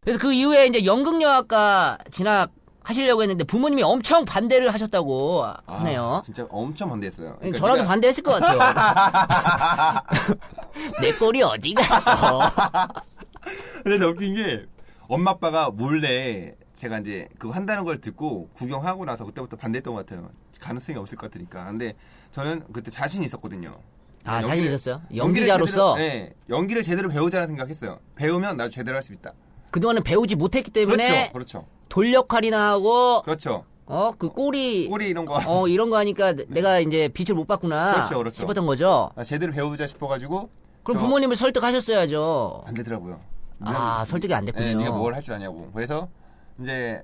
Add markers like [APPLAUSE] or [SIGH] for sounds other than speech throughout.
그래서 그 이후에 이제 연극영화과 진학 하시려고 했는데 부모님이 엄청 반대를 하셨다고 아, 하네요. 진짜 엄청 반대했어요. 그러니까 저라도 네가- 반대했을 것 같아요. [LAUGHS] 내 꼴이 어디 아, 갔어? 근데 웃긴 게 엄마 아빠가 몰래 제가 이제 그거 한다는 걸 듣고 구경하고 나서 그때부터 반대했던 것 같아요. 가능성이 없을 것 같으니까. 근데 저는 그때 자신이 있었거든요. 아, 연기를- 자신 있었어요? 연기를 연기자로서 제대로, 네, 연기를 제대로 배우자라 생각했어요. 배우면 나도 제대로 할 수 있다. 그동안은 배우지 못했기 때문에 그렇죠, 그렇죠, 돌 역할이나 하고 그렇죠. 어 그 꼬리 꼬리 이런 거 네. 어 이런 거 하니까 내가 이제 빛을 못 봤구나 그렇죠, 그렇죠. 싶었던 거죠. 아, 제대로 배우자 싶어가지고 그럼 저- 부모님을 설득하셨어야죠. 안 되더라고요. 아 설득이 안 됐군요. 네, 네가 뭘 할 줄 아냐고. 그래서 이제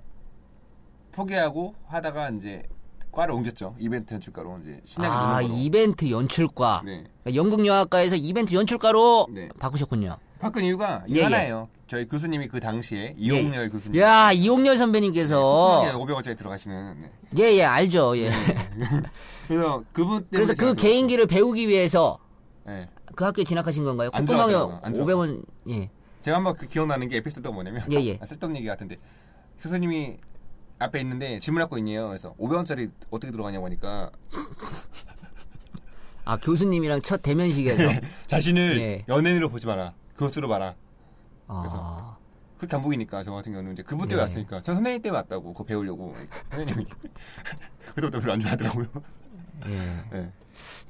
포기하고 하다가 이제 과를 옮겼죠. 이벤트 연출가로 이제 신나게 아 노는 걸로. 이벤트 연출과 네. 그러니까 연극영화과에서 이벤트 연출가로 네. 바꾸셨군요. 바꾼 이유가 이 예, 하나예요. 저희 교수님이 그 당시에 이용렬 교수님. 네, 야 이용렬 선배님께서 500원짜리 들어가시는. 네. 예예 알죠. 예. 그래서 그분 때문에 [LAUGHS] 그래서 제가 그 들어갔고. 개인기를 배우기 위해서 네. 그 학교에 진학하신 건가요? 안 콧구멍에 들어가더라고요. 안 500원 예. 제가 한번 그 기억나는 게 에피소드가 뭐냐면 예, 예. [LAUGHS] 아, 쓸데없는 얘기 같은데 교수님이 앞에 있는데 질문할 거 있네요. 그래서 500원짜리 어떻게 들어가냐고 하니까 아 교수님이랑 첫 [LAUGHS] 대면식에서 네. 자신을 예. 연예인으로 보지 마라. 교수로 봐라. 아, 그렇게 안 보이니까 저 같은 경우는 이제 그분 때 예. 왔으니까 전 선생님 때 왔다고 그거 배우려고 [LAUGHS] 선생님이 그때부터 별로 안 좋아하더라고요. [LAUGHS] 예. 네.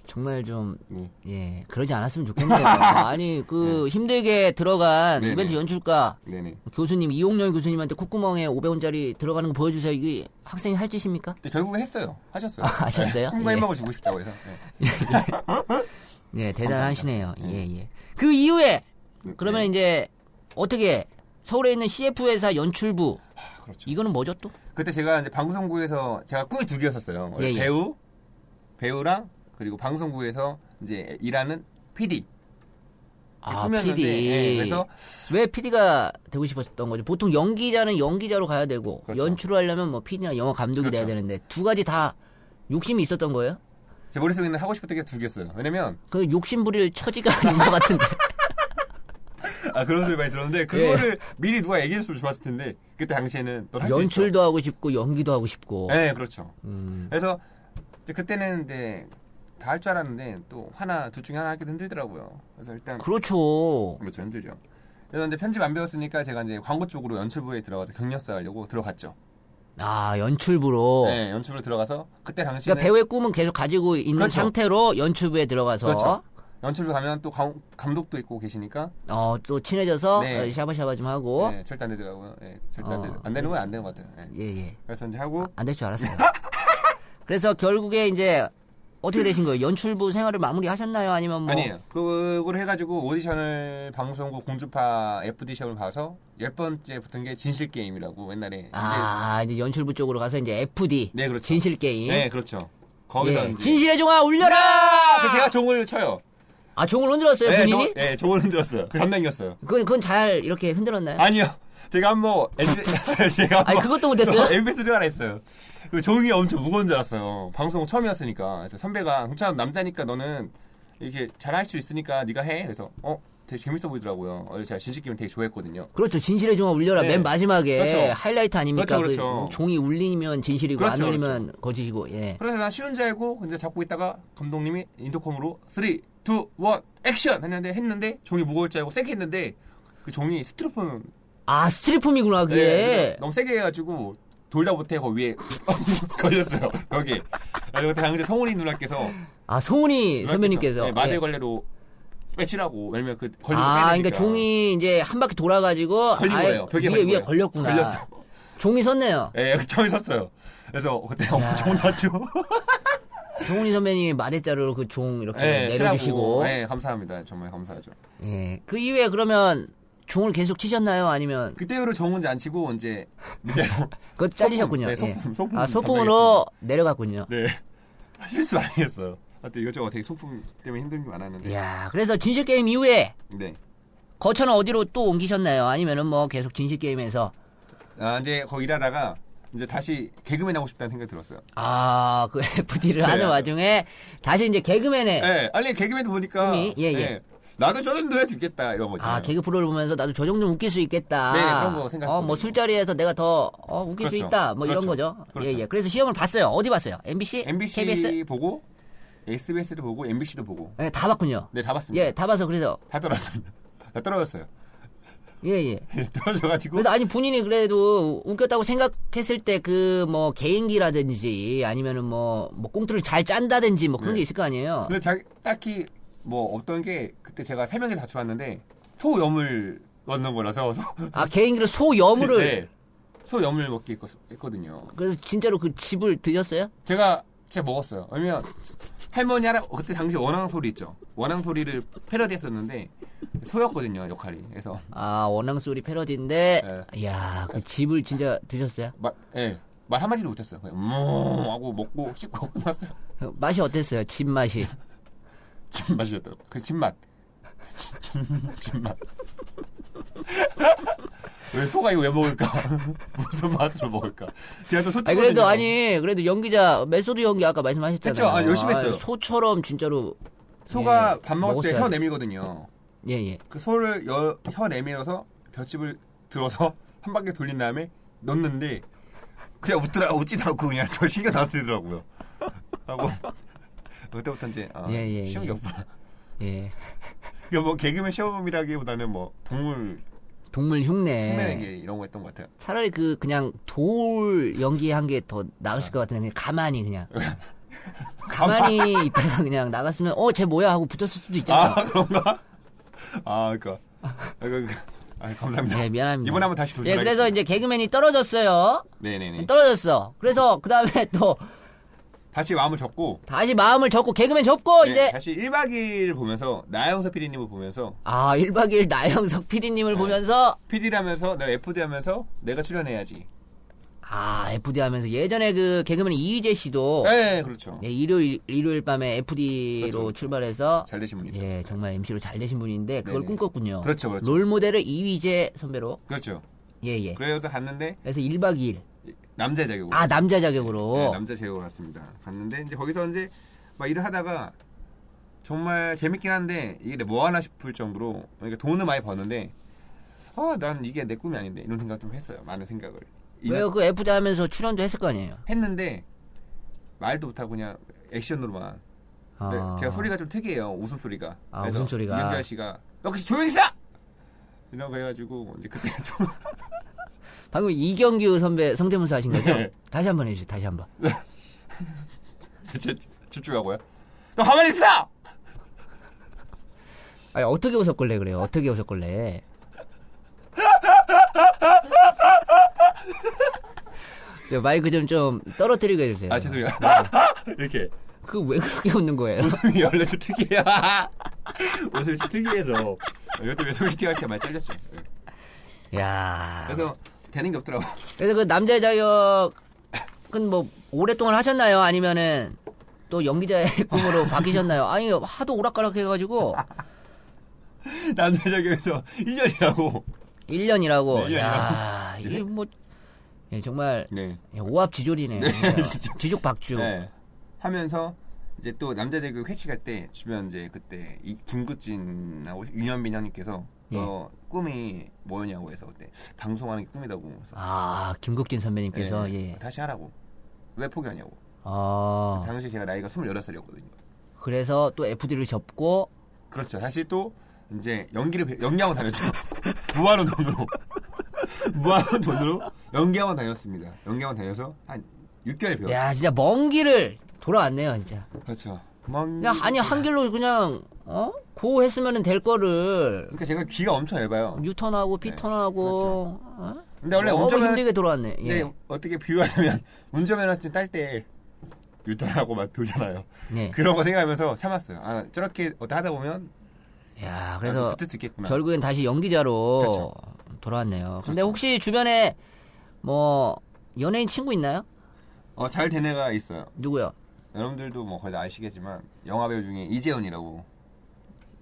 정말 좀 네. 예, 그러지 않았으면 좋겠네요. [LAUGHS] 아니, 그 힘들게 들어간 네네. 이벤트 연출가 네네. 교수님, 이용렬 교수님한테 콧구멍에 500원짜리 들어가는 거 보여주세요. 이게 학생이 할 짓입니까? 근데 결국에 했어요. 하셨어요. 아, 하셨어요? 네. 꿈과 예. 희망을 주고 싶다고 해서. 네. 예, 대단하시네요. 감사합니다. 예, 예. 그 이후에, 네. 그러면 네. 이제, 어떻게, 서울에 있는 CF회사 연출부, 아, 그렇죠. 이거는 뭐죠 또? 그때 제가 이제 방송국에서 제가 꿈이 두 개였었어요. 예, 예. 배우, 배우랑 그리고 방송국에서 이제 일하는 PD. 아, 꿈이었는데, PD. 예, 그래서 왜 PD가 되고 싶었던 거죠? 보통 연기자는 연기자로 가야 되고, 그렇죠. 연출을 하려면 뭐 PD나 영화 감독이 돼야 그렇죠. 되는데, 두 가지 다 욕심이 있었던 거예요? 제 머릿속에 있는 하고 싶었던 게 두 개였어요. 왜냐면 그 욕심부릴 처지가 아닌 것 같은데. 아 그런 소리 많이 예. 들었는데 그거를 미리 누가 얘기했으면 좋았을 텐데 그때 당시에는 [LAUGHS] 넌할수 연출도 하고 싶고 연기도 하고 싶고. 네, 그렇죠. 음, 그래서 이제 그때는 이제 다 할 줄 알았는데 또 하나 둘 중에 하나 하기도 힘들더라고요. 그래서 일단 그렇죠. 그렇죠 힘들죠. 그래서 근데 편집 안 배웠으니까 제가 이제 광고 쪽으로 연출부에 들어가서 경력 쌓으려고 들어갔죠. 아 연출부로. 네, 연출부로 들어가서 그때 당시에 그러니까 배우의 꿈은 계속 가지고 있는 그렇죠. 상태로 연출부에 들어가서 그렇죠. 연출부 가면 또 감, 감독도 있고 계시니까 어, 또 친해져서 네. 어, 샤바샤바 좀 하고. 네, 절대 안 되더라고요. 네, 절대 안, 어. 되, 안 되는 건 안 되는 것 같아요. 네. 예 예. 그래서 이제 하고 안 될 줄 알았어요. 그래서 결국에 이제 어떻게 되신 거예요? 연출부 생활을 마무리하셨나요? 아니면 뭐? 아니에요. 그걸 해가지고 오디션을 방송국 공주파 FD 시험을 봐서 열 번째 붙은 게 진실 게임이라고 옛날에 이제- 아, 이제 연출부 쪽으로 가서 이제 FD 네 그렇죠. 진실 게임. 네 그렇죠. 거기서 예. 이제 진실의 종아 울려라. 그 제가 종을 쳐요. 아 종을 흔들었어요 네, 본인이? 종, 네, 종을 흔들었어요. 그 담당이었어요. 그건 그건 잘 이렇게 흔들었나요? 아니요. 제가 한번 [LAUGHS] MBC 제가 네. 아니, 그것도 못했어요? [LAUGHS] MBC를 하나 했어요. 그 종이 엄청 무거운 줄 알았어요. 방송 처음이었으니까. 그래서 선배가 괜찮아 남자니까 너는 이렇게 잘 할 수 있으니까 네가 해. 그래서 어 되게 재밌어 보이더라고요. 어, 제가 진실 게임 되게 좋아했거든요. 그렇죠. 진실의 종아 울려라. 네. 맨 마지막에 그렇죠. 하이라이트 아닙니까? 그렇죠, 그렇죠. 그 종이 울리면 진실이고 그렇죠, 안 울리면 거짓이고. 예. 그래서 난 쉬운 줄 알고 근데 잡고 있다가 감독님이 인터컴으로 3, 2, 1 액션 했는데 했는데 종이 무거울 줄 알고 세게 했는데 그 종이 스티로폼 아 스트리폼이구나 그게. 그래서 네. 너무 세게 해가지고 돌다 못해 거 위에 [LAUGHS] 걸렸어요 여기 그래서 그때 당시 성훈이 누나께서 아 송은이 누나께서, 선배님께서. 네, 마대 예. 걸레로 빼치라고 왜냐면 그 걸리면 아, 빼내니까. 그러니까 종이 이제 한 바퀴 돌아가지고 걸린 아예 거예요 벽에 위에 걸린 위에 거예요. 걸렸구나. 걸렸어 종이 섰네요. 예 네, 처음에 섰어요 그래서 그때 엄청 났죠 송은이 선배님이 마대자루로 그 종 이렇게 예 내려주시고. 네, 감사합니다 정말 감사하죠 예. 그 이후에 그러면 종을 계속 치셨나요? 아니면 그때 이후로 정은 이제 안 치고 이제 [LAUGHS] 밑에서 그것 잘리셨군요. 소품, 네, 소품, 소품 아 소품으로 내려갔군요. 네. 실수 많이 했어요. 하여튼 이것저것 되게 소품 때문에 힘든 게 많았는데. 이야, 그래서 진실 게임 이후에 네. 거처는 어디로 또 옮기셨나요? 아니면은 뭐 계속 진실 게임에서 아, 이제 거기 일하다가 이제 다시 개그맨 하고 싶다는 생각이 들었어요. 아, 그 [LAUGHS] FD를 하는 네. 와중에 다시 이제 개그맨에 예, 아니 개그맨도 보니까 꿈이? 예, 예. 나도 저런 노래 듣겠다 이런 거죠. 아, 개그 프로를 보면서 나도 저 정도는 웃길 수 있겠다. 네, 네, 그런 거 생각하고 어, 뭐 있는 술자리에서 내가 더 어, 웃길 수 그렇죠. 있다. 뭐 이런 그렇죠. 거죠. 그렇죠. 예, 예. 그래서 시험을 봤어요. 어디 봤어요? MBC, MBC KBS 보고 SBS도 보고 MBC도 보고 예, 다 봤군요. 네 다 봤습니다. 예, 다 봐서 그래서 다 떨어졌습니다. [LAUGHS] 다 떨어졌어요. 예, 예. 예, 떨어져가지고 그래서 아니 본인이 그래도 웃겼다고 생각했을 때 그 뭐 개인기라든지 아니면은 뭐, 뭐 꽁트를 잘 짠다든지 뭐 그런 네. 게 있을 거 아니에요. 근데 자, 딱히 뭐 없던 게 그때 제가 세 명이서 같이 봤는데 소염을 얻는 거라서 [LAUGHS] 소, 아 개인기로 소염을 네, 소염을 먹기 했- 했거든요. 그래서 진짜로 그 집을 드셨어요? 제가 제가 먹었어요. 왜냐면 할머니 할아 그때 당시 원앙 소리 있죠. 원앙 소리를 패러디했었는데 소였거든요 역할이. 그래서 아 원앙 소리 패러디인데 네. 이야 그 집을 진짜 드셨어요? 말 예. 말 한마디도 못했어요. 그냥 음 하고 먹고 씻고 끝났어요. [LAUGHS] 그 맛이 어땠어요? 집 맛이 아, 진맛이었더라고. 그 진맛. [LAUGHS] 진- 진맛. [LAUGHS] 왜 소가 이거 왜 먹을까? [LAUGHS] 무슨 맛으로 먹을까? 제가 또 아니 소초거든요. 그래도 아니 그래도 연기자 메소드 연기 아까 말씀하셨잖아요 그쵸, 아, 열심히 했어요. 아, 소처럼 진짜로 소가 예, 밥 먹을 때 먹었어요. 혀 내밀거든요. 예예 그 소를 여, 혀 내밀어서 볏짚을 들어서 [LAUGHS] 한 바퀴 돌린 다음에 넣는데 그냥 웃더라 웃지도 않고 그냥 저 신경 다 쓰더라고요. 하고 [LAUGHS] 그때부터 이제 아, 예, 예, 쉬운 예. 게 없구나. 예. 그러니까 뭐 개그맨 시험이라기보다는 뭐 동물 동물 흉내 흉내내기 이런 거 했던 것 같아요. 차라리 그 그냥 돌 연기한 게 더 나을 것 같은데 그냥 가만히 [LAUGHS] 그냥 가만히 있다가 그냥 나갔으면 어 쟤 뭐야 하고 붙였을 수도 있잖아요. 아 [LAUGHS] 그런가? 아 그니까 아, 그, 그, 아, 감사합니다. 네 미안합니다. 이번에 한번 다시 예 도전하겠습니다. 그래서 이제 개그맨이 떨어졌어요. 네네네 떨어졌어. 그래서 그 다음에 [LAUGHS] 또 다시 마음을 접고 다시 마음을 접고 개그맨 접고 네, 이제 다시 1박 2일 보면서 나영석 PD님을 보면서 아 1박 2일 나영석 PD님을 네. 보면서 PD라면서 내가 FD 하면서 내가 출연해야지. 아 FD 하면서 예전에 그 개그맨 이희재 씨도 네 그렇죠. 예, 일요일 일요일 밤에 FD로 그렇죠, 그렇죠. 출발해서 잘 되신 분이죠. 예 정말 MC로 잘 되신 분인데 그걸 네네. 꿈꿨군요. 그렇죠, 그렇죠. 롤 모델을 이희재 선배로 그렇죠. 예예. 그래서 갔는데 그래서 1박 2일 남자 자격으로 네. 아 남자 네, 자격으로 남자 자격으로 갔습니다. 갔는데 이제 거기서 이제 막 일을 하다가 정말 재밌긴 한데 이게 뭐 하나 싶을 정도로 그러니까 돈을 많이 버는데 아 난 이게 내 꿈이 아닌데 이런 생각 좀 했어요. 많은 생각을 왜요 그 FD 하면서 출연도 했을 거 아니에요. 했는데 말도 못하고 그냥 액션으로만 근데 아. 네, 제가 소리가 좀 특이해요. 웃음 소리가. 아, 웃음소리가. 이현결 씨가 역시 조용히 있어! 이러고 해가지고 이제 그때 [LAUGHS] 좀 방금 이경규 선배 성대문사 하신 거죠? 네. 다시 한번 해주세요. 다시 한번. 집- 집중하고요. 너 가만히 있어! 아니 어떻게 웃었길래 그래요? 어떻게 웃었길래? 네, 마이크 좀 좀 떨어뜨리게 해주세요. 아 죄송해요. [LAUGHS] 이렇게 그 왜 그렇게 웃는 거예요? 웃음이 원래 좀 [LAUGHS] 특이해요. 웃음이 좀 특이해서 이것도 왜 소개팅 할때 많이 잘렸죠. 예. 야. 그래서, 그래서 되는 게 없더라고. [LAUGHS] 그 남자의 자격은 뭐 오랫동안 하셨나요? 아니면은 또 연기자의 [LAUGHS] 꿈으로 바뀌셨나요? 아니 하도 오락가락 해가지고 남자 자격에서 [LAUGHS] 1년이라고. 1년이라고. 네, 야 이게 뭐 예, 정말 네. 오합지졸이네요. [LAUGHS] 네, 진짜. 진짜. 지죽박죽. 네. 하면서 이제 또 남자 제그 회치 갈 때 주변 이제 그때 이 김구진하고 윤현빈 형님께서 예. 너 꿈이 뭐였냐고 해서 그때 방송하는 게 꿈이다고 해서 네. 아 김국진 선배님께서 예. 다시 하라고 왜 포기하냐고 아 당시 제가 나이가 28살이었거든요 그래서 또 FD를 접고 그렇죠 다시 또 이제 연기를 배- 연기학원 다녔죠 [LAUGHS] 무한한 돈으로 [LAUGHS] 무한한 돈으로 연기학원 다녔습니다 연기학원 다녀서 한 6개월 배웠죠 야 진짜 먼 길을 돌아왔네요 진짜. 그렇죠 멍... 그냥 아니 한 길로 그냥 어 고했으면은 될 거를 그러니까 제가 귀가 엄청 얇아요 유턴하고 피턴하고 어? 네, 그렇죠. 근데 원래 너무 운전면허 힘들게 돌아왔네. 예. 근데 어떻게 비유하자면 [LAUGHS] 운전면허증 딸 때 유턴하고 막 돌잖아요. 예. 그런 거 생각하면서 참았어요. 아 저렇게 어떻게 하다 보면 야 그래서 그래서 붙을 수 있겠구나. 결국엔 다시 연기자로 그렇죠. 돌아왔네요. 근데 그렇죠. 혹시 주변에 뭐 연예인 친구 있나요? 어, 잘 된 애가 있어요. 누구요? 여러분들도 뭐 거의 다 아시겠지만 영화 배우 중에 이재훈이라고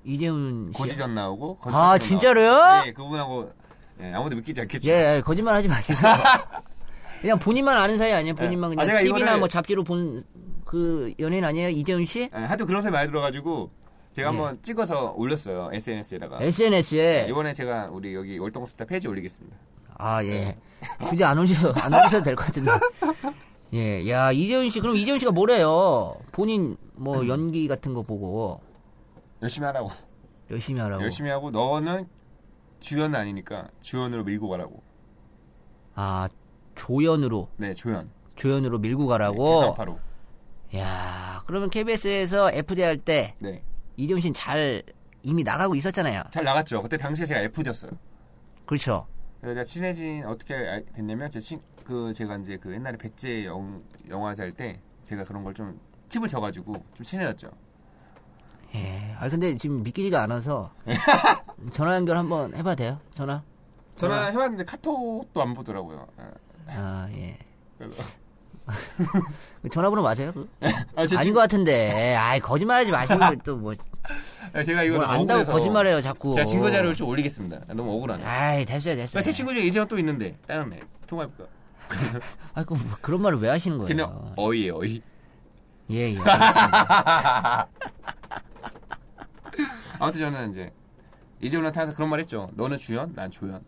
이재훈 씨. 고지전 나오고 건축 아, 나오고. 진짜로요? 네 그분하고 예, 아무도 믿기지 않겠죠. [LAUGHS] 예, 예, 거짓말 하지 마시고. 그냥 본인만 아는 사이 아니에요. 본인만 네. 그냥 아, 제가 TV나 이거를- 뭐 잡지로 본 그 연예인 아니에요? 이재훈 씨? 예, 하도 그런 소리 많이 들어가지고 제가 네. 한번 찍어서 올렸어요 SNS에다가. 예. SNS에 아. 이번에 제가 우리 여기 월동스타 페이지 올리겠습니다. 아 예. 네. 굳이 안 오셔 안 오셔도 될 것 같은데. 예, 야 이재훈 씨 그럼 이재훈 씨가 뭐래요? 본인 뭐 음. 연기 같은 거 보고 열심히 하라고. 열심히 하라고. 열심히 하고 너는 주연 아니니까 주연으로 밀고 가라고. 아 조연으로 네 조연. 조연으로 밀고 가라고. 대상파로. 야 그러면 KBS에서 FDA 할 때 네. 이재훈 씨는 잘 이미 나가고 있었잖아요. 잘 나갔죠. 그때 당시에 제가 F였어요. 그렇죠. 그래서 제가 친해진 어떻게 알- 됐냐면 제 친, 그 제가 이제 그 옛날에 배째 영, 영화제 할 때 제가 그런 걸 좀 팁을 줘가지고 좀 친해졌죠. 예. 아 근데 지금 믿기지가 [LAUGHS] 않아서 전화 연결 한번 해봐도 돼요? 전화? 전화 해봤는데 카톡도 안 보더라고요. 아, 아 예. 그래서- [LAUGHS] 전화번호 맞아요? 그? 아, 제 아닌 친- 것 같은데. 아이 거짓말하지 [LAUGHS] 마시고 또뭐 아, 제가 이거 뭘 너무 안다고 억울해서 거짓말해요 자꾸. 제가 증거 자료를 좀 올리겠습니다. 아, 너무 억울하네. 아이 됐어요 됐어요. 그러니까 제 친구 중에 이재원 또 있는데 다른 애 통화해볼까? 아이 그 뭐, 그런 말을 왜 하시는 그냥 거예요? 어이에 어이. 예예. [LAUGHS] 아무튼 저는 이제 이재원한테 항상 그런 말 했죠. 너는 주연, 난 조연.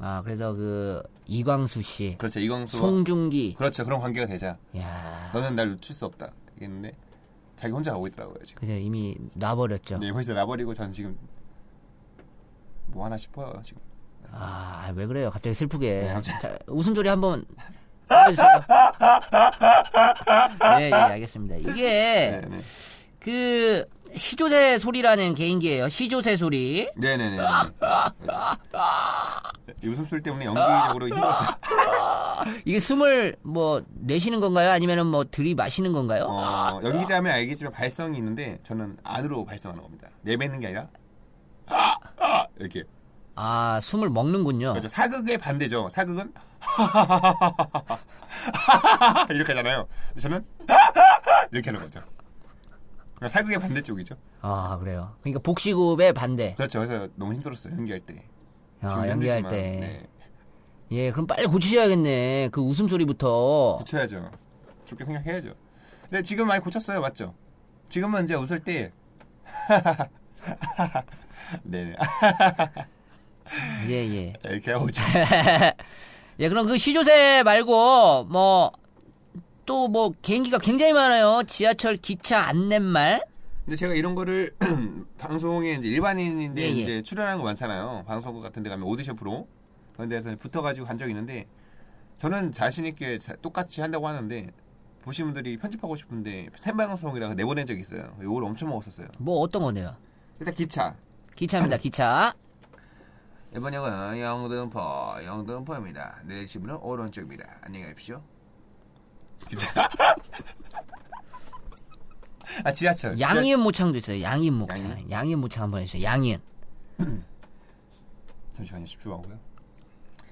아 그래서 그 이광수 씨, 그렇죠. 이광수. 와 송중기. 그렇죠. 그런 관계가 되자. 야. 너는 날 놓칠 수 없다. 했는데 자기 혼자 가고 있더라고요 지금. 그죠 이미 놔버렸죠. 네, 벌써 나버리고 전 지금 뭐 하나 싶어요 지금. 아왜 그래요? 갑자기 슬프게. 네, 갑자기. 자, 웃음소리 한번 해주세요. 네, 예, 알겠습니다. 이게 네, 네, 그 시조새 소리라는 개인기예요. 시조새 소리. 네, 네, 네. 그렇죠. 이 웃음소리 때문에 연기적으로 힘들었어요. 이게 숨을 뭐 내쉬는 건가요? 아니면은 뭐 들이마시는 건가요? 어, 연기자면 알겠지만 발성이 있는데 저는 안으로 발성하는 겁니다. 내뱉는 게 아니라 이렇게. 아 숨을 먹는군요. 그렇죠. 사극의 반대죠. 사극은 [LAUGHS] 이렇게 하잖아요. 근데 저는 이렇게 하는 거죠. 그러니까 사극의 반대쪽이죠. 아 그래요. 그러니까 복식호흡의 반대. 그렇죠. 그래서 너무 힘들었어요. 연기할 때. 지금 아, 연기할 힘들지만, 때. 네, 예, 그럼 빨리 고치셔야겠네. 그 웃음소리부터. 고쳐야죠. 좋게 생각해야죠. 근데 지금 많이 고쳤어요. 맞죠? 지금은 이제 웃을 때 [LAUGHS] 네네 아, 예, 예. 이렇게 하고 있죠. [LAUGHS] 예, 그럼 그 시조새 말고 뭐 또 뭐 개인기가 굉장히 많아요. 지하철 기차 안내말. 근데 제가 이런 거를 [CLEARS THROAT] 방송에 이제 일반인인데 예, 예. 이제 출연하는 거 많잖아요. 방송국 같은 데 가면 오디션 프로 그런 데서 붙어가지고 간 적이 있는데 저는 자신 있게 자- 똑같이 한다고 하는데 보신 분들이 편집하고 싶은데 생방송이라 내보낸 적이 있어요. 요걸 엄청 먹었었어요. 뭐 어떤 거네요? 일단 기차. 기차입니다. 기차. 이번 역은 영등포, 영등포입니다. 내리시면 오른쪽입니다. 안녕히 가십시오. 기차. [LAUGHS] 아 [COUGHS] 지하철. 지하- 양이은 모창도 있어요. 양이은 모창. 양이은? 양이은 모창 한번 해주세요. 양이은. 잠시만요. 집중하고요.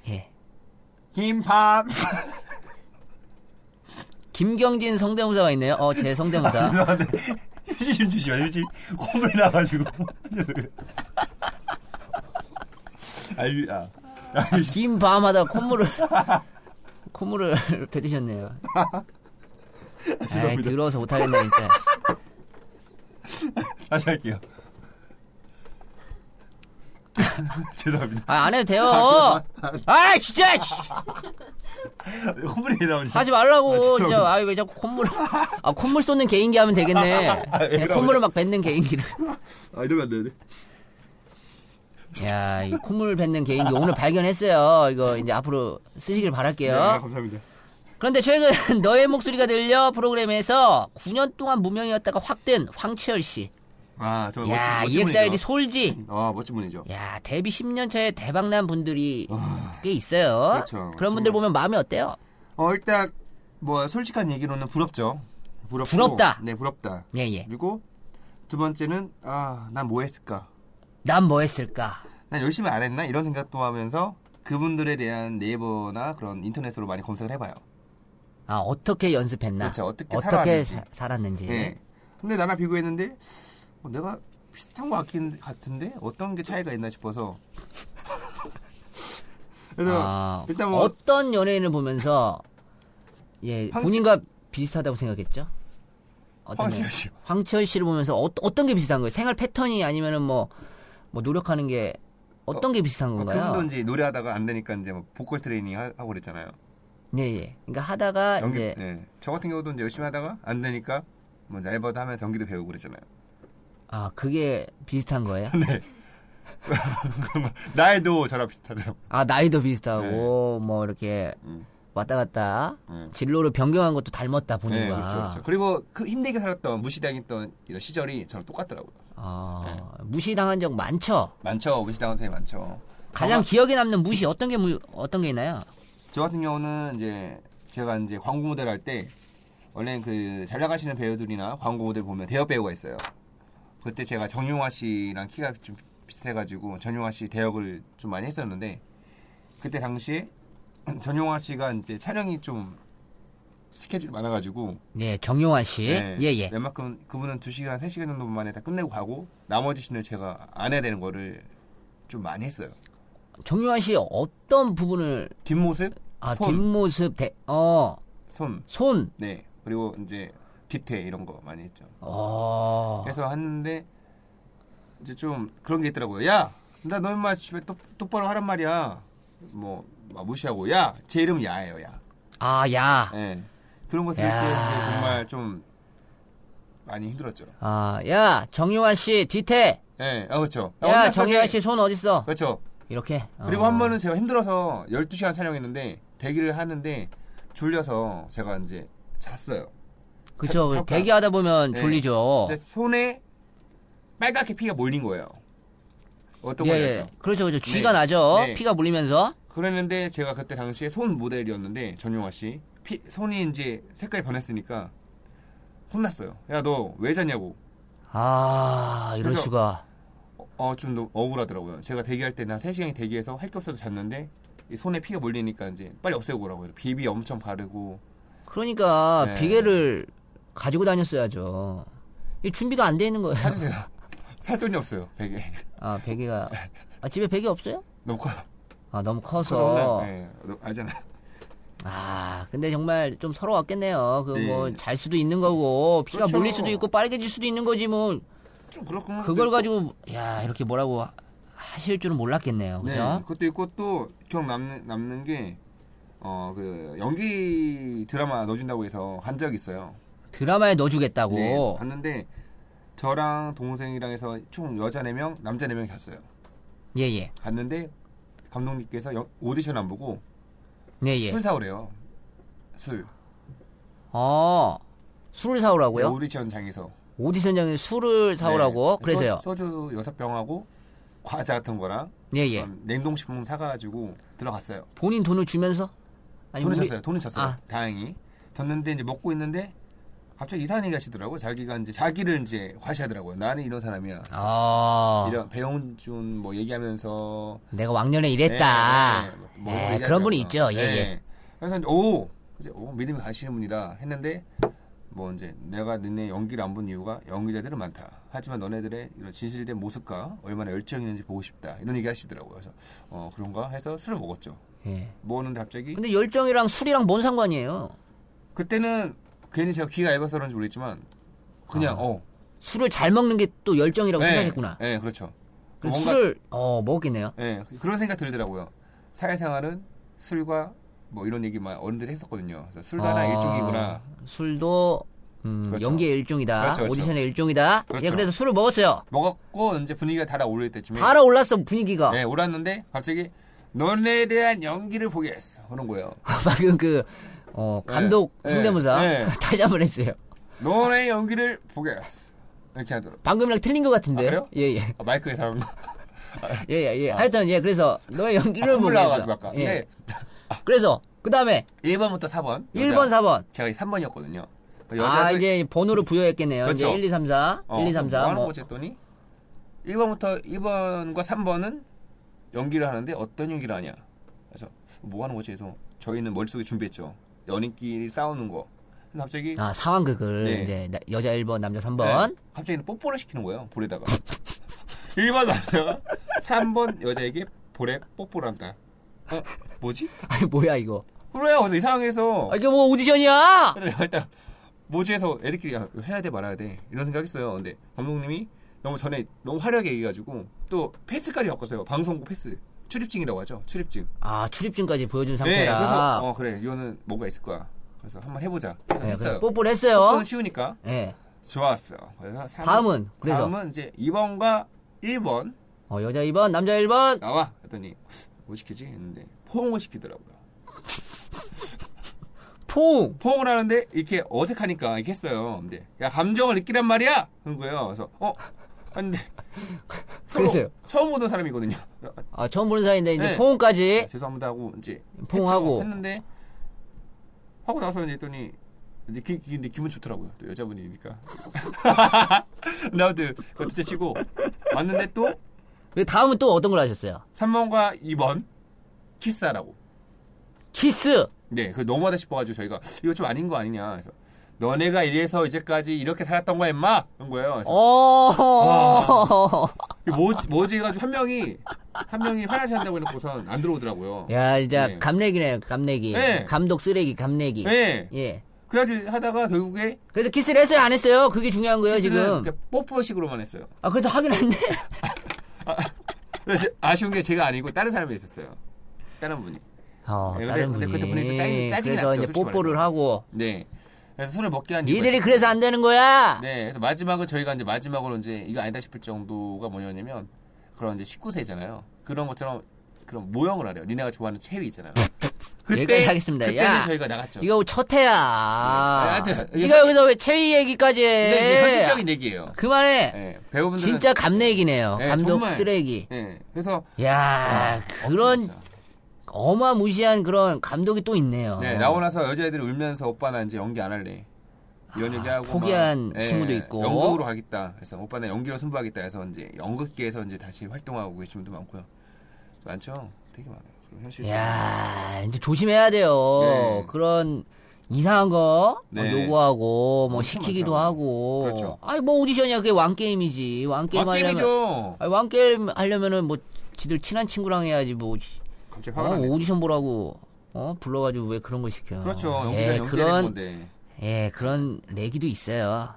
예. 김밥. 김경진 성대모사가 있네요. 어, 제 성대모사. 휴지 좀 주시오. 휴지 콧물 나가지고. [LAUGHS] 아, 휴, [LAUGHS] 아. 김밤하다 콧물을 [LAUGHS] 콧물을 [LAUGHS] 뱉으셨네요. 아, [LAUGHS] 죄송합니다. 들어서 못하겠네 진짜. 다시 할게요. [LAUGHS] 죄송합니다. 아, 안 해도 돼요. 아, 진짜 씨, 콧물이 나오니까. 하지 말라고. 아, 죄송합니다. 진짜 아왜 자꾸 콧물 아 콧물 쏘는 개인기 하면 되겠네. 아, 왜 그냥 그러냐. 콧물을 막 뱉는 개인기를. 아, 이러면 안 되는데. 야, 이 콧물 뱉는 개인기 오늘 발견했어요. 이거 이제 앞으로 쓰시길 네, 아, 바랄게요. 감사합니다. 그런데 최근 [LAUGHS] 너의 목소리가 들려 프로그램에서 9년 동안 무명이었다가 확 된 황치열 씨. 아, 정말 야, 멋진, 멋진 EXID 분이죠. 솔지. 아, 멋진 분이죠. 야 데뷔 10년 차에 대박난 분들이 꽤 있어요. 어, 그렇죠. 런 분들 정말. 보면 마음이 어때요? 어, 일단 뭐 솔직한 얘기로는 부럽죠. 부럽고, 부럽다. 네, 부럽다. 예예. 그리고 두 번째는 아, 난 뭐 했을까? 난 뭐 했을까? 난 열심히 안 했나 이런 생각도 하면서 그분들에 대한 네이버나 그런 인터넷으로 많이 검색을 해봐요. 아 어떻게 연습했나? 그렇죠. 어떻게 살았는지. 사- 살았는지. 네. 근데 나랑 비교했는데 어, 내가 비슷한 것 같긴 같은데 어떤 게 차이가 있나 싶어서. [LAUGHS] 그래서 아, 일단 뭐 어떤 연예인을 아, 보면서 예, 황치- 본인과 비슷하다고 생각했죠? 어떤 황지현 면- 씨. 황철 씨를 보면서 어, 어떤 게 비슷한 거예요? 생활 패턴이 아니면은 뭐, 뭐 노력하는 게 어떤 게 비슷한 건가요? 그분도 이제 노래하다가 안 되니까 이제 뭐 보컬 트레이닝 하, 고 그랬잖아요. 예, 예. 그러니까 하다가 연기. 이제 예. 저 같은 경우도 이제 열심히 하다가 안 되니까 뭐 이제 알바도 하면서 연기도 배우고 그랬잖아요. [LAUGHS] 아 그게 비슷한 거예요? 네. 나이도 저랑 비슷하더라고. 아 나이도 비슷하고 네. 뭐 이렇게 음. 왔다 갔다 음. 진로를 변경한 것도 닮았다 예, 본인과. 그렇죠, 그렇죠. 그리고 그 힘들게 살았던 무시당했던 이런 시절이 저랑 똑같더라고요. 아, 무시당한 적 많죠. 많죠, 무시당한 사람이 많죠. 가장 아마- 기억에 남는 무시 어떤 게 무, 어떤 게 있나요? 저 같은 경우는 이제 제가 이제 광고 모델 할 때 원래 그 잘 나가시는 배우들이나 광고 모델 보면 대여 배우가 있어요. 그때 제가 정용화 씨랑 키가 좀 비슷해가지고 정용화 씨 대역을 좀 많이 했었는데 그때 당시에 [CLEARS THROAT] 정용화 씨가 이제 촬영이 좀 스케줄이 많아가지고 네, 정용환 씨. 네, 예, 예. 웬만큼 그분은 2시간, 3시간 정도 만에 다 끝내고 가고 나머지 신을 제가 안 해야 되는 거를 좀 많이 했어요. 정용환 씨 어떤 부분을 뒷모습, 아 손, 뒷모습 대, 어, 손, 손. 네. 그리고 이제 뒤태 이런 거 많이 했죠. 어. 그래서 했는데 이제 좀 그런 게 있더라고요. 야, 나 너 인마 집에 똑, 똑바로 하란 말이야. 뭐, 막 무시하고 야, 제 이름 야예요, 야. 아, 야. 예. 그런 거 들을 때 야. 이제 정말 좀 많이 힘들었죠. 아, 야, 정용환 씨 뒤태. 예, 아 그렇죠. 아, 야, 완전 정용환 하게- 씨 손 어디 있어? 그렇죠. 이렇게. 그리고 어. 한 번은 제가 힘들어서 12시간 촬영했는데 대기를 하는데 졸려서 제가 이제 잤어요. 그쵸. 잠깐. 대기하다 보면 네. 졸리죠. 근데 손에 빨갛게 피가 몰린 거예요. 어떤 예, 거였죠? 예. 그렇죠, 그렇죠. 쥐가 네. 나죠. 네. 피가 물리면서. 그랬는데 제가 그때 당시에 손 모델이었는데 전용화 씨 피- 손이 이제 색깔이 변했으니까 혼났어요. 야 너 왜 잤냐고. 아, 이럴 그래서- 수가. 어좀 억울하더라고요. 제가 대기할 때 나 3시간이 대기해서 할 게 없어서 잤는데 이 손에 피가 몰리니까 이제 빨리 없애고 오라고 해서 비비 엄청 바르고 그러니까 네. 비계를 가지고 다녔어야죠. 이 준비가 안 돼 있는 거예요. 사주세요. [LAUGHS] 살 돈이 없어요. 베개. 아, 베개가. 아, 집에 베개 없어요? 너무 커요. 아, 너무 그래서 커서. 네, 너 알잖아. 아, 근데 정말 좀 서러웠겠네요. 그 뭐 네. 잘 수도 있는 거고 피가 그렇죠. 물릴 수도 있고 빨개질 수도 있는 거지 뭐 좀 그렇구나. 그걸 가지고 야, 이렇게 뭐라고 하- 하실 줄은 몰랐겠네요. 네, 그죠? 그것도 있고 또 기억 남는 남는 게어그 연기 드라마 넣어준다고 해서 한 적이 있어요. 드라마에 넣어 주겠다고. 네, 갔는데 저랑 동생이랑 해서 총 여자 4명, 남자 4명이 갔어요. 예, 예. 갔는데 감독님께서 여- 오디션 안 보고 네, 예. 술 사오래요. 술. 어. 술을 사오라고요? 오디션장에서. 오디션장에 술을 사오라고 네, 그래서요. 소, 주 6병하고 과자 같은 거랑 예예. 그런 냉동식품 사가지고 들어갔어요. 본인 돈을 주면서 아니, 돈을 우리- 쳤어요. 돈을 쳤어요. 아. 다행히. 쳤는데 이제 먹고 있는데 갑자기 이상한 얘기 하시더라고요. 자기가 이제 자기를 이제 과시하더라고요. 나는 이런 사람이야. 아, 이런 배용준 뭐 얘기하면서 내가 왕년에 이랬다. 네, 네, 예, 네. 얘기하더라고요. 그런 분이 있죠. 예, 네. 예. 그래서 이제 오, 이제 오 믿음이 가시는 분이다 했는데 뭐 이제 내가 너네 연기를 안 본 이유가 연기자들은 많다. 하지만 너네들의 이런 진실된 모습과 얼마나 열정이 있는지 보고 싶다. 이런 얘기 하시더라고요. 그래서 어 그런가 해서 술을 먹었죠. 예. 먹었는데 갑자기 근데 열정이랑 술이랑 뭔 상관이에요? 그때는 괜히 제가 귀가 얇아서 그런지 모르겠지만 그냥 아, 어 술을 잘 먹는 게 또 열정이라고 예, 생각했구나. 예, 그렇죠. 그래서 뭔가- 술을 어 먹었겠네요. 예, 그런 생각 들더라고요. 사회생활은 술과 뭐 이런 얘기만 어른들이 했었거든요. 그래서 술도 하나 아, 일종이구나. 술도 음, 그렇죠. 연기의 일종이다. 그렇죠, 그렇죠. 오디션의 일종이다. 예, 그렇죠. 그래서 술을 먹었어요. 먹었고 이제 분위기가 달아오를 때쯤에 달아올랐어 분위기가. 네, 올랐는데 갑자기 너네에 대한 연기를 보겠어 그런 거예요. [LAUGHS] 방금 그 어, 감독 예, 성대모사 예. [LAUGHS] 다시 한번 했어요. 너네 연기를 보겠어 이렇게 하더라고. 방금이랑 틀린 것 아, 같은데. 그래요? 예예. 아, 마이크에 사람 예, 예, 예. 하여튼, 예, 그래서 너의 연기를 콧물 보면서. 나와가지고 아까. 예. 네, 그래서, 그 다음에, 1번부터 4번. 1번, 4번. 제가 3번이었거든요. 아, 이제 번호를 부여했겠네요. 이제 그렇죠. 1, 2, 3, 4. 1, 2, 3, 4. 뭐 하는 뭐. 거지 했더니 1번부터 1번과 3번은 연기를 하는데 어떤 연기를 하냐. 그래서 뭐 하는 거지 해서 저희는 머릿속에 준비했죠. 연인끼리 싸우는 거. 근데 갑자기 아, 상황극을 네. 이제 나- 여자 1번, 남자 3번. 네. 갑자기 뽀뽀를 시키는 거예요. 볼에다가. [LAUGHS] 1번 남자가 3번 여자에게 볼에 뽀뽀를 한다. 어, 뭐지? [LAUGHS] 아니, 뭐야, 이거. 그래요. 그래서 이 상황에서 아, 이게 뭐 오디션이야? 그래서 내가 일단 모주에서 애들끼리 야, 이거 해야 돼 말아야 돼 이런 생각했어요. 근데 감독님이 너무 전에 너무 화려하게 얘기해가지고 또 패스까지 바꿨어요. 방송국 패스 출입증이라고 하죠. 출입증. 아 출입증까지 보여준 네. 상태라. 그래서 어 그래 이거는 뭔가 있을 거야. 그래서 한번 해보자. 그래서 네, 했어요. 그래서 뽀뽀를 했어요. 는 쉬우니까 예. 네. 좋았어. 그래서 삼- 다음은 그래서 다음은 이제 2번과 1번 어, 여자 2번, 남자 1번. 나와 했더니 뭐 시키지 했는데 포옹을 시키더라고요. 포옹. 포옹을 하는데 이렇게 어색하니까 이렇게 했어요. 근데 야 감정을 느끼란 말이야. 그런 거예요. 그래서 어 [LAUGHS] 근데 서로 그래서요? 처음 보던 사람이거든요. 아, 처음 보는 사이인데 이제 네. 포옹까지. 아, 죄송합니다 하고 이제 예. 포옹하고. 했죠. 했는데 하고 나서 이제 했더니 이제 기, 기- 근데 기분 좋더라고요. 또 여자분이니까. [LAUGHS] 나도 그거 진짜 치고 왔는데 또 그리고 다음은 또 어떤 걸 하셨어요? 3번과 2번 키스하라고. 키스. 네, 그 너무하다 싶어가지고 저희가 이거 좀 아닌 거 아니냐. 그래서 너네가 이래서 이제까지 이렇게 살았던 거야 임마 그런 거예요. 그래서 어. 이거 뭐지 뭐지 해가지고 한 명이 한 명이 화장실 한다고 해놓고선 안 들어오더라고요. 야, 진짜 네. 감내기네, 감내기. 네. 감독 쓰레기, 감내기. 네. 예. 그래가지고 하다가 결국에 그래서 키스를 했어요, 안 했어요? 그게 중요한 거예요, 키스는 아, 지금. 그냥 뽀뽀식으로만 했어요. 아, 그래도 하긴 했네. 그래서 아쉬운 게 제가 아니고 다른 사람이 있었어요. 다른 분이. 어, 네, 근데- 다른 근데 분이. 그때 분위기 좀 짜증- 짜증이 그래서 났죠, 이제 솔직히 뽀뽀를 말해서. 하고. 네. 그래서 술을 먹게 한 이유가 니들이 있었어요. 그래서 안 되는 거야. 네. 그래서 마지막은 저희가 이제 마지막으로 이제 이거 아니다 싶을 정도가 뭐냐면 그런 이제 19세잖아요. 그런 것처럼 그런 모형을 하래요. 니네가 좋아하는 체위 [LAUGHS] 있잖아요. 여기까지 하겠습니다. 그때는 야. 저희가 나갔죠. 이거 첫 해야. 네, 하여튼 이게 네가 현실- 여기서 왜 체위 얘기까지 해? 근데 이게 현실적인 얘기예요. 그만해. 네, 배우분들 예. 아, 진짜 감내기네요. 네, 감독 정말. 쓰레기. 네, 그래서 야 그런 엄청 났어요. 어마무시한 그런 감독이 또 있네요. 네, 나오고 나서 여자애들이 울면서 오빠 나 이제 연기 안 할래. 이런 아, 얘기하고 포기한 막, 예, 친구도 있고. 연극으로 가겠다. 그래서 오빠 나 연기로 승부하겠다 해서 이제 연극계에서 이제 다시 활동하고 계신 분도 많고요. 많죠. 되게 많아요. 현실. 야 이제 조심해야 돼요. 네. 그런 이상한 거 네. 뭐 요구하고 뭐 엄청 시키기도 많죠. 하고. 그렇죠. 아니 뭐 오디션이야 그게 왕 게임이지. 왕 게임 하려면 게임이죠. 아니, 왕 게임 하려면은 뭐 지들 친한 친구랑 해야지 뭐 갑자기 어, 화가 나네. 오디션 보라고 어 불러가지고 왜 그런 걸 시켜? 그렇죠. 예 연기자 연기하는 그런 건데 예 그런 내기도 있어요.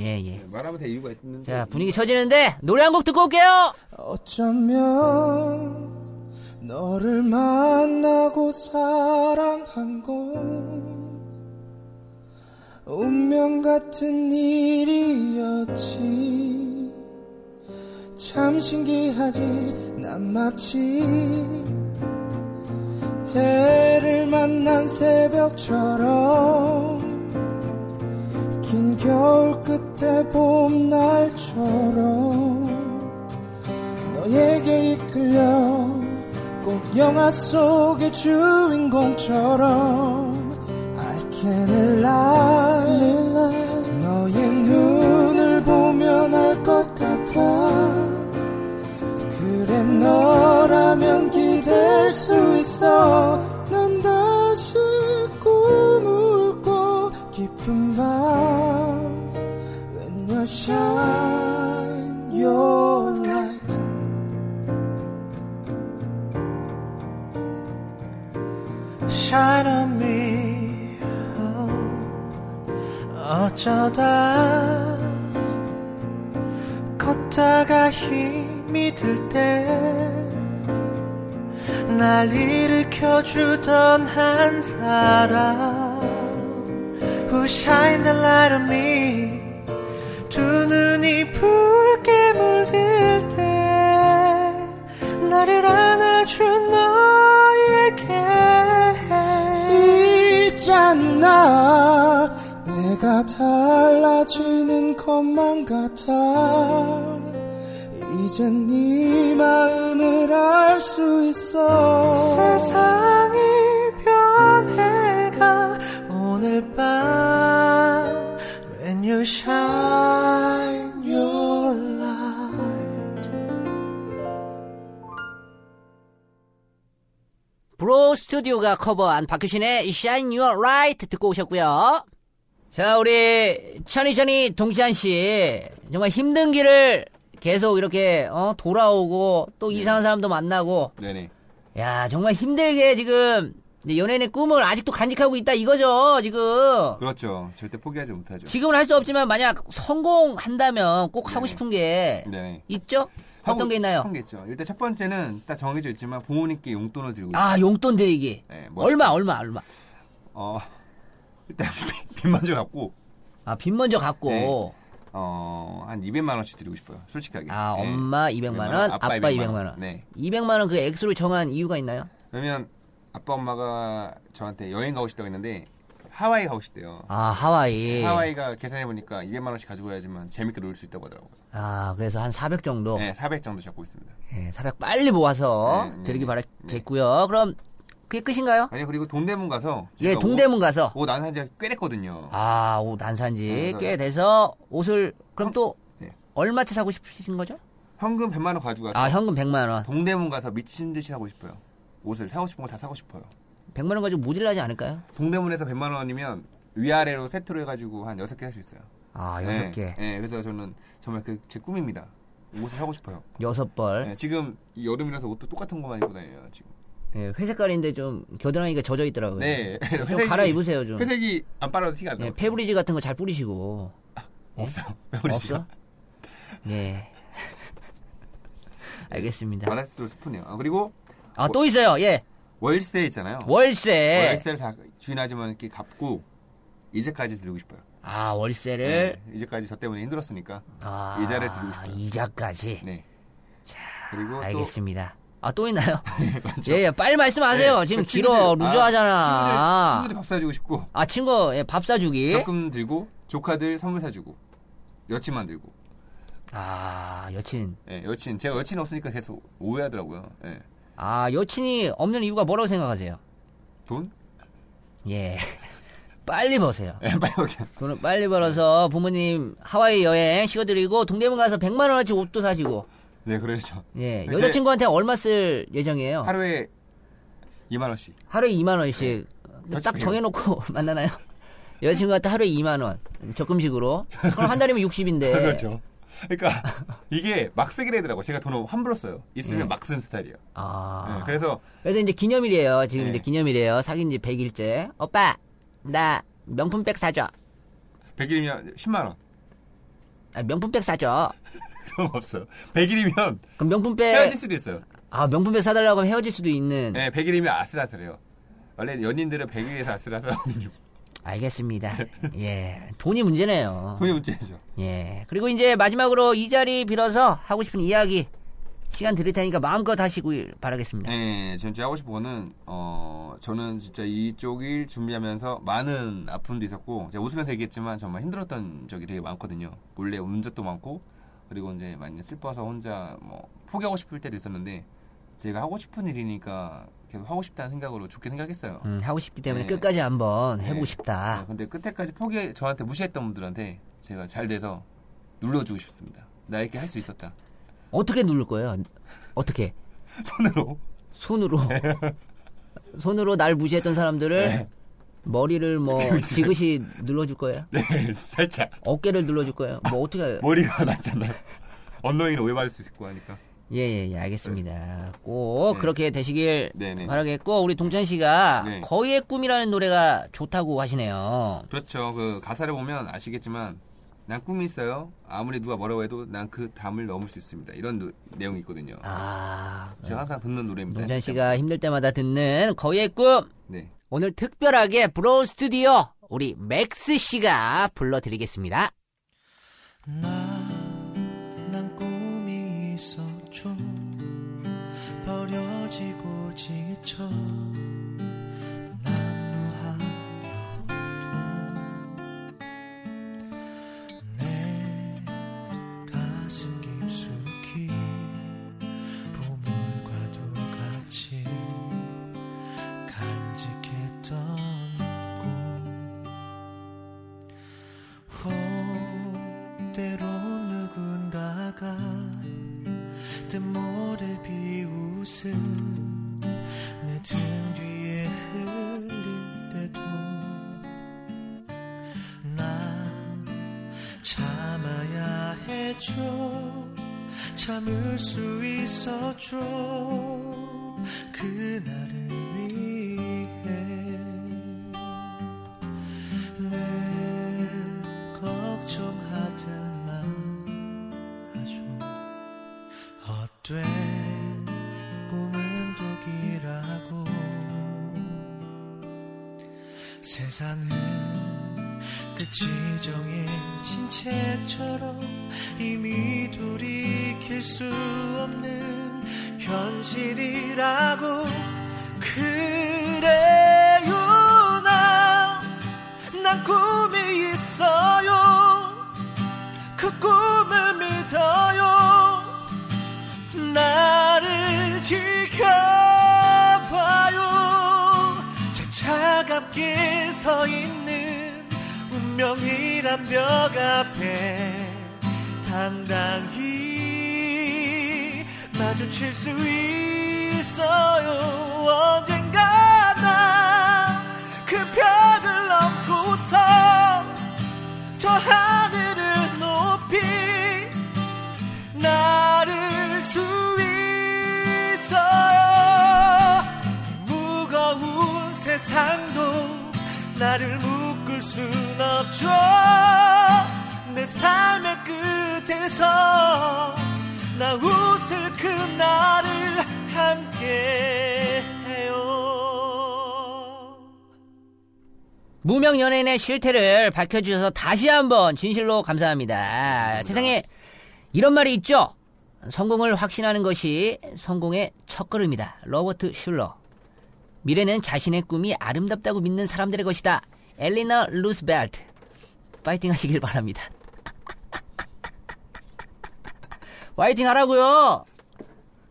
예 예. 네, 말하면 될 이유가 있는데. 자 분위기 처지는데 노래 한 곡 듣고 올게요. 어쩌면 너를 만나고 사랑한 건 운명 같은 일이었지 참 신기하지 난 마치 해를 만난 새벽처럼 긴 겨울 끝에 봄날처럼 너에게 이끌려 꼭 영화 속의 주인공처럼 I can alive 너의 눈을 보면 알 것 같아 그래 너라면 기댈 수 있어 난 다시 꿈을 꿔 깊은 밤 When you shine your light Shine on me oh. 어쩌다 걷다가 힘이 들 때 날 일으켜주던 한 사람 Who shine the light on me 두 눈이 붉게 물들 때 나를 안아준 너에게 있잖아 내가 달라지는 것만 같아 이젠 네 마음을 알 수 있어 세상이 변해가 오늘 밤 When you shine your light 브로 스튜디오가 커버한 박효신의 Shine Your Light 듣고 오셨고요. 자, 우리 천이천이 동찬 씨 정말 힘든 길을 계속 이렇게 어, 네. 돌아오고 또 이상한 사람도 만나고 네네 야 정말 힘들게 지금 근데 연예인의 꿈을 아직도 간직하고 있다 이거죠 지금. 그렇죠. 절대 포기하지 못하죠. 지금은 할 수 없지만 만약 성공한다면 꼭 하고 네. 싶은 게 네. 있죠? 어떤 하고 게 있나요? 싶은 게 있죠. 일단 첫 번째는 딱 정해져 있지만 부모님께 용돈을 드리고. 있어요. 아 용돈 드리기. 네, 뭐 얼마 얼마 얼마. 어 일단 [LAUGHS] 빚 먼저 갚고 아 빚 먼저 갚고. 네. 어한 200만 원씩 드리고 싶어요. 솔직하게. 아 네. 엄마 200만 원, 아빠 200만 원. 네. 200만 원 그 액수를 정한 이유가 있나요? 그러면 아빠 엄마가 저한테 여행 가고 싶다고 했는데 하와이 가고 싶대요. 아 하와이. 네, 하와이가 계산해 보니까 200만 원씩 가지고 가야지만 재밌게 놀 수 있다고 하더라고요. 아 그래서 한 400 정도. 네, 400 정도 잡고 있습니다. 예, 400 빨리 모아서 네, 네, 드리기 네, 바라겠고요. 그럼 그게 끝인가요? 아니 그리고 동대문 가서 예 제가 동대문 가서. 옷, 옷 안산지가 꽤 됐거든요. 아, 옷 안 산지 네, 꽤 돼서 옷을 그럼 또 네. 얼마치 사고 싶으신 거죠? 현금 100만 원 가지고 가서 아, 현금 100만 원. 동대문 가서 미친 듯이 사고 싶어요. 옷을 사고 싶은 거 다 사고 싶어요. 100만 원 가지고 모질라지 않을까요? 동대문에서 100만 원이면 위아래로 세트로 해가지고 한 6개 살 수 있어요. 아, 여섯 네, 개. 네, 그래서 저는 정말 그 제 꿈입니다. 옷을 사고 싶어요. 여섯 벌. 네, 지금 이 여름이라서 옷도 똑같은 것만 입고 다녀요 지금. 예, 회색깔인데 좀 겨드랑이가 젖어 있더라고요. 네, 좀 회색이- 갈아입으세요, 좀. 회색이 안 빨아도 티가 안 나요. 예, 페브리즈 같은 거 잘 뿌리시고. 없어요. [LAUGHS] 페브리즈가. 없어? [LAUGHS] 예. 알겠습니다. 말할수록 슬프네요. 아, 그리고 아, 또 있어요. 예. 월세 있잖아요. 월세. 어. 예. 월세를 다 주인하지만 이렇게 갚고 이제까지 드리고 싶어요. 아, 월세를. 네, 이제까지 저 때문에 힘들었으니까. 아, 이자를 드리고 싶어요. 이자까지. 네. 그리고 알겠습니다. 아, 또 [LAUGHS] 있나요? 많죠. 예, 예, 빨리 또 말씀하세요. 네, 지금 그 길어, 친구들, 루저하잖아. 아, 친구들, 친구들 밥 사주고 싶고 아, 친구, 예, 밥 사주기. 적금 들고 조카들 선물 사주고 여친 만들고. 아, 여친. 예, 여친 제가 여친 없으니까 계속 오해하더라고요. 예. 아, 여친이 없는 이유가 뭐라고 생각하세요? 돈? 예. [LAUGHS] 빨리 버세요. 예, 빨리 오게. 돈을 빨리 네. 벌어서 부모님 하와이 여행 시켜드리고 동대문 가서 100만원어치 옷도 사시고. 네, 그렇죠. 예. 이제- 여자친구한테 얼마 쓸 어. 예정이에요? 하루에 네. 2만 원씩. 하루에 2만원씩. 딱 저축해요. 정해놓고 [LAUGHS] 만나나요? 여자친구한테 하루에 2만원. 적금식으로. 그럼 한 달이면 60인데. [LAUGHS] 그렇죠. 그러니까 이게 막 쓰기라 더라고 제가 돈을 함부로 써요. 있으면 네. 막 쓰는 스타일이에요. 아. 예, 그래서 그래서 이제 기념일이에요. 지금 네. 이제 기념일이에요. 사귄 지 100일째. 오빠, 나 명품백 사줘. 100일이면 10만 원. [LAUGHS] 아, 명품백 사줘. 그런 거 없어요. 100일이면 그럼 명품백. 헤어질 수도 있어요. 아, 명품백 사달라고 하면 헤어질 수도 있는. 네, 100일이면 아슬아슬해요. 원래 연인들은 100일에서 아슬아슬하거든요. [LAUGHS] 알겠습니다. 예. 돈이 문제네요. 돈이 문제죠. 예. 그리고 이제 마지막으로 이 자리 빌어서 하고 싶은 이야기. 시간 드릴 테니까 마음껏 하시길 바라겠습니다. 네, 저는 제가 하고 싶은 거는 어 저는 진짜 이쪽일 준비하면서 많은 아픔도 있었고 제가 웃으면서 얘기했지만 정말 힘들었던 적이 되게 많거든요. 원래 운 적도 많고 그리고 이제 많이 슬퍼서 혼자 뭐 포기하고 싶을 때도 있었는데 제가 하고 싶은 일이니까 계속 하고 싶다는 생각으로 좋게 생각했어요. 음, 하고 싶기 때문에 네. 끝까지 한번 해보고 네. 싶다. 네, 근데 끝에까지 포기 저한테 무시했던 분들한테 제가 잘 돼서 눌러주고 싶습니다. 나 이렇게 할 수 있었다. [LAUGHS] 어떻게 누를 거예요? 어떻게? 손으로. 손으로 네. 손으로 날 무시했던 사람들을 머리를 뭐 지그시 눌러줄 거예요? [LAUGHS] 네, 살짝 어깨를 눌러줄 거예요? 뭐 어떻게? 머리가 [LAUGHS] 났잖아요. 언론인 오해받을 수 있고 하니까. 예예예 알겠습니다. 꼭 네. 그렇게 되시길 네, 네. 바라겠고 우리 동찬 씨가 네. 거위의 꿈이라는 노래가 좋다고 하시네요. 그렇죠. 그 가사를 보면 아시겠지만 난 꿈이 있어요. 아무리 누가 뭐라고 해도 난 그 담을 넘을 수 있습니다. 이런 노- 내용이 있거든요. 아 제가 항상 듣는 노래입니다. 동찬 씨가 힘들 때마다 듣는 거위의 꿈 네. 오늘 특별하게 브로우 스튜디오 우리 맥스 씨가 불러드리겠습니다. 난 꿈이 있었죠 버려지고 지쳐 난무하려도 내 가슴 깊숙이 보물과도 같이 간직했던 꿈 호 때로 누군가가 뜻모를 비웃은 내 등 뒤에 흘릴 때도 나 참아야 했죠 참을 수 있었죠 그날을 위해 돼 꿈은 독이라고 세상은 그 끝이 정해진 책처럼 이미 돌이킬 수 없는 현실이라고 그래요 난난 꿈이 있어요 그 꿈을 믿어요 나를 지켜봐요 저 차갑 길서 있는 운명이란 벽 앞에 당당히 마주칠 수 있어요 언젠가 나 그 벽을 넘고서 저 하늘을 높이 나를 수 있어요 이 무거운 세상도 나를 묶을 순 없죠 내 삶의 끝에서 나 웃을 그날을 함께 해요 무명 연예인의 실태를 밝혀주셔서 다시 한번 진실로 감사합니다. 세상에 이런 말이 있죠. 성공을 확신하는 것이 성공의 첫걸음이다. 로버트 슐러. 미래는 자신의 꿈이 아름답다고 믿는 사람들의 것이다. 엘리너 루스벨트. 파이팅 하시길 바랍니다. [LAUGHS] 파이팅 하라고요.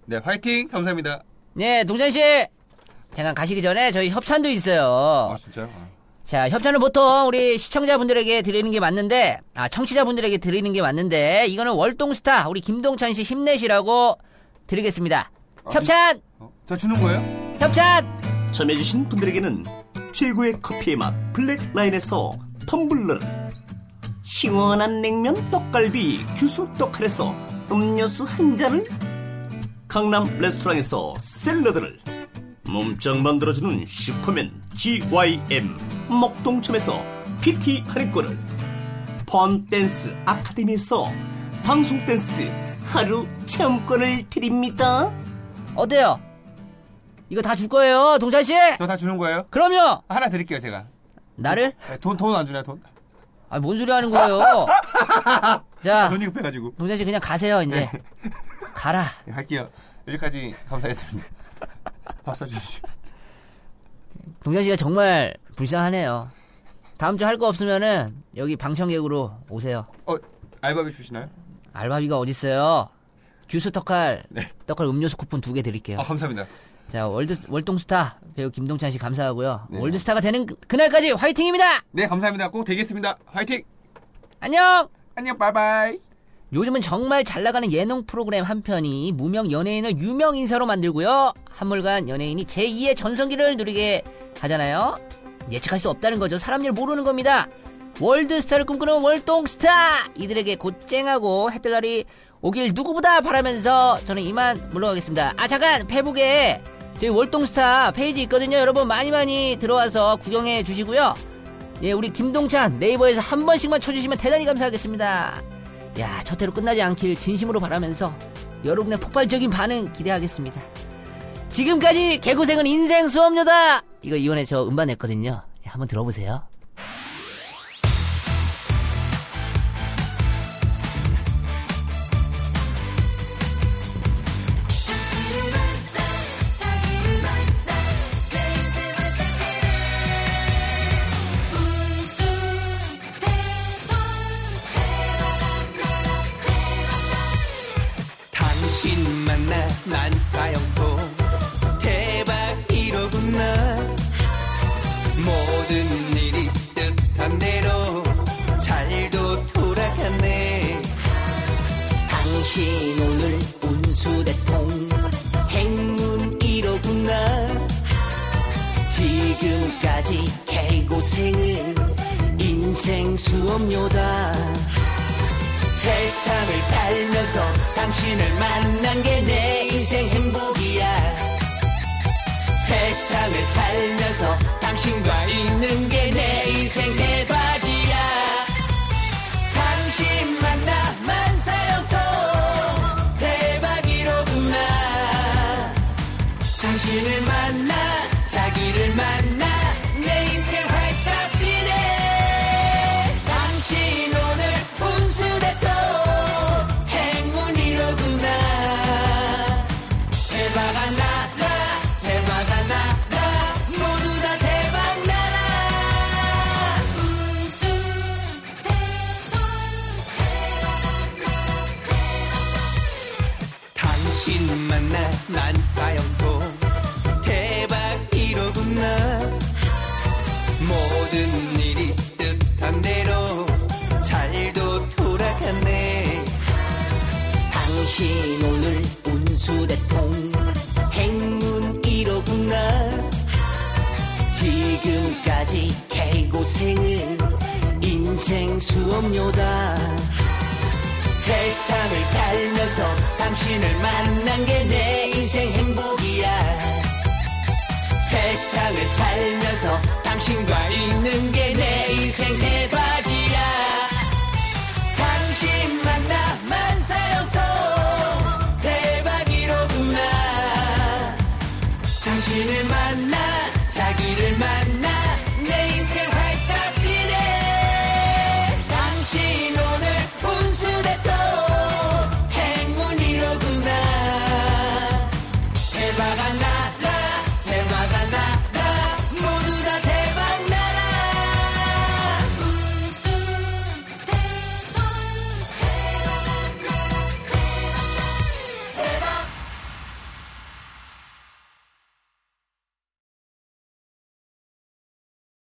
네, 파이팅! 감사합니다. 네, 동찬 씨. 잠깐 가시기 전에 저희 협찬도 있어요. 진짜요? 아. 자, 협찬은 보통 우리 시청자분들에게 드리는 게 맞는데, 아, 청취자분들에게 드리는 게 맞는데, 이거는 월동스타, 우리 김동찬 씨 힘내시라고 드리겠습니다. 협찬! 어? 저 주는 거예요? 협찬! 참여해주신 분들에게는 최고의 커피의 맛 블랙라인에서 텀블러를 시원한 냉면 떡갈비 규수 떡칼에서 음료수 한 잔을 강남 레스토랑에서 샐러드를 몸짱 만들어주는 슈퍼맨 GYM 먹동점에서 PT 할인권을 번댄스 아카데미에서 방송댄스 하루 체험권을 드립니다. 어때요? 이거 다 줄 거예요, 동찬 씨? 저 다 주는 거예요? 그럼요! 하나 드릴게요, 제가. 네, 나를? 돈, 돈 안 주나요, 돈? 아, 뭔 소리 하는 거예요? 자, 돈이 급해가지고. 동찬 씨 그냥 가세요, 이제. 가라. 네, 갈게요. 여기까지 감사했습니다. [LAUGHS] 박수 주시죠. 동찬 씨가 정말 불쌍하네요. 다음 주 할 거 없으면은, 여기 방청객으로 오세요. 어, 알바비 주시나요? 알바비가 어딨어요? 규수 떡칼, 떡칼 음료수 쿠폰 두 개 드릴게요. 아, 감사합니다. 자, 월드, 월동스타 배우 김동찬 씨 감사하고요. 월드스타가 되는 그- 그날까지 화이팅입니다! 네, 감사합니다. 꼭 되겠습니다. 화이팅! 안녕! 안녕, 바이바이! 요즘은 정말 잘 나가는 예능 프로그램 한 편이 무명 연예인을 유명 인사로 만들고요. 한물간 연예인이 제2의 전성기를 누리게 하잖아요. 예측할 수 없다는 거죠. 사람 일 모르는 겁니다. 월드스타를 꿈꾸는 월동스타! 이들에게 곧쟁하고 해뜰 날이 오길 누구보다 바라면서 저는 이만 물러가겠습니다. 아, 잠깐! 페북에 저희 월동스타 페이지 있거든요. 여러분 많이 많이 들어와서 구경해 주시고요. 예, 우리 김동찬 네이버에서 한 번씩만 쳐주시면 대단히 감사하겠습니다. 야, 저태로 끝나지 않길 진심으로 바라면서 여러분의 폭발적인 반응 기대하겠습니다. 지금까지 개고생은 인생 수업료다! 이거 이번에 저 음반 냈거든요. 예, 한번 들어보세요. 당신만 나만 사형통 대박 이로구나 모든 일이 뜻한 대로 잘도 돌아갔네 당신 오늘 운수대통 행운이로구나 지금까지 개고생은 인생 수업료다 세상을 살면서 당신을 만난 게 내 인생 행복이야. 세상을 살면서 당신과 있는 게 내 인생 대박이야. 당신 만나 만사형통 대박이로구나. 당신 오늘 운수대통 행운 1호구나 지금까지 개고생은 인생 수업료다 세상을 살면서 당신을 만난 게 내 인생 행복이야 세상을 살면서 당신과